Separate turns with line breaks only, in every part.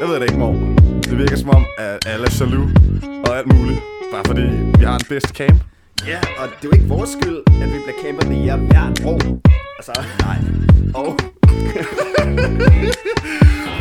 Jeg ved det ikke, mor. Det virker som om, at alle er jaloux og alt muligt. Bare fordi vi har en bedste camp.
Ja, og det er jo ikke vores skyld, at vi bliver kæmpet i jer hvert år. Altså, nej. Og...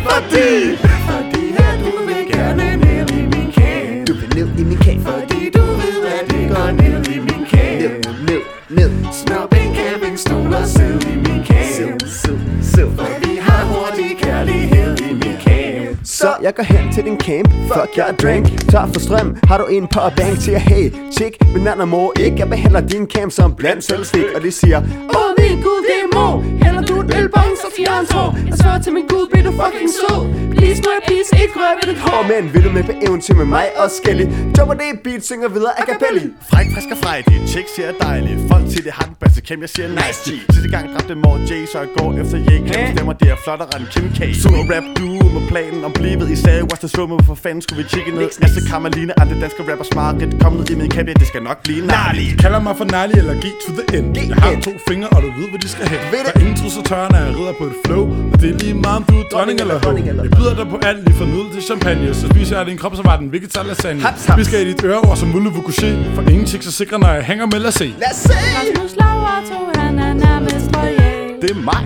Fordi,
Fordi at du vil gerne ned i min kage. Du vil ned i min kage. Fordi du ved, at det går ned i min kage. Ned, ned, ned. Snop en campingstol og sid i min kage. Sid, sid, sid. For vi har hurtig kærlighed i min kage. Så jeg går hen til din camp, fuck jeg er drink Tør for strøm, har du en powerbank til at hey Chick, min anden mor ikke Jeg behandler din camp som blandt selvstik Og de siger,
Åh oh, min gud, det er mor Hælder du en ølbong, så siger han så Jeg svær til min gud, bliver du fucking sød Please, må jeg please ikke røre ved dit hår
Åh mand, vil du med på eventyr med mig og Skelly Jumper det beat, synger videre a cappelli
Fræk, frisk og fræk, det chicks siger er dejligt Folk siger, det har den bedste camp, jeg siger nice G Sidste gang dræbte mor Jay, så jeg går efter Jay Kan stemmer, det er flottere end Kim K Super rap duo med planen om livet I sagde, what's the summer, hvorfor fanden skulle vi chicken ned Næste Kammerline er det danske rapper smarket Kom ned i min camp, ja, det skal nok blive narligt
Kalder mig for Nali eller G to the end Jeg har
end.
to fingre, og du ved, hvor de skal hen
Ved det.
Der er ingen trusser tørre, når jeg rider på et flow Og det er lige meget, om du er dronning eller ho
dronning eller
Jeg byder dig på alt, lige fra nudel til champagne Så spiser jeg din krop, så var den vegetar lasagne
Haps, haps.
Vi skal i dit øreord som mulle vukushe For ingen chicks er sikre, når jeg hænger med lad se
Lad os se
Rasmus Lauer tog han er nærmest royal
Det er mig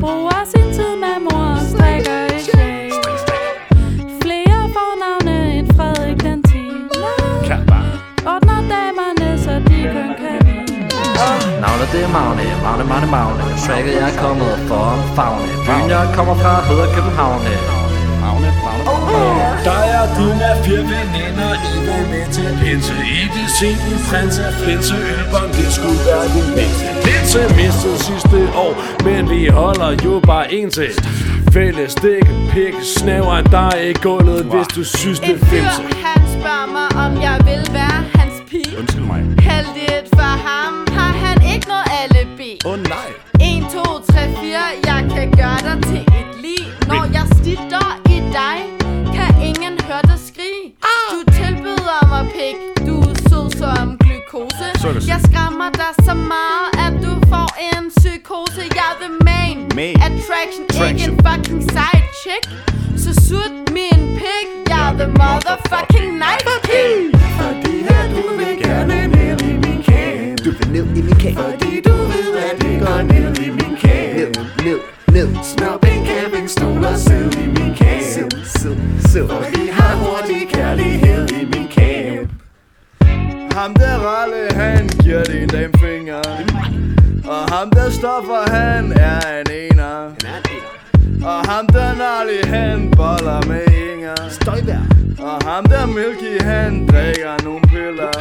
Bruger sin tid med mor og strikker i sjæl Flere får navne end Frederik den 10
Kan bare
Ordner damerne, så de kun kan lide.
Navnet det er Magne, Magne, Magne, Magne Tracket jeg er kommet for at fagne Byen jeg kommer fra hedder Københavne
Magne, Magne
Der er dine fire veninder ikke med til pinse Ikke set en prins af flinse Ølbom, det skulle være det mindste Lidt til mistet sidste år Men vi holder jo bare en til Fælles stik, pik, snæver dig i gulvet Hvis du synes det
En fyr,
findes
han spørger mig, om jeg vil være hans pige.
Undskyld mig
Heldigt for ham har han ikke noget alibi.
Åh oh, nej
1, 2, 3, 4, jeg kan gøre dig til et lig. Når jeg stitter i dig, kan ingen høre dig skrige. Du tilbyder mig pik, du er sød som glukose.
Sukkersyge.
Jeg skræmmer dig så meget, at du får en psykose. Jeg vil main,
Main.
attraction, ikke
Traction.
en fucking side chick. Så sut min pik, jeg er the motherfucking knife king.
Fordi at du vil gerne ned i min camp Du vil ned i min camp Fordi du ved, at det går ned i min camp Ned, ned, ned Snop en campingstol og sid i min camp Sid, sid, sid For vi har hurtig kærlighed i min camp
Ham der Ralle, han giver din dame finger Og ham der Stoffer, han er en ener Og ham der Narli, han boller med Inger
Støjvær
Og ham der Milky, han drikker nogle piller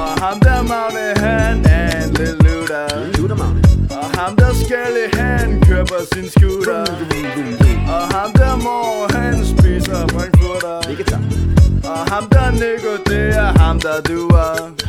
Og ham der Magne, han er en lille lutter
Lutter mig
Og ham der Skelly, han køber sin scooter Og ham der Mor, han spiser frankfurter
Ikke tak
Og ham der Nico, det er ham der duer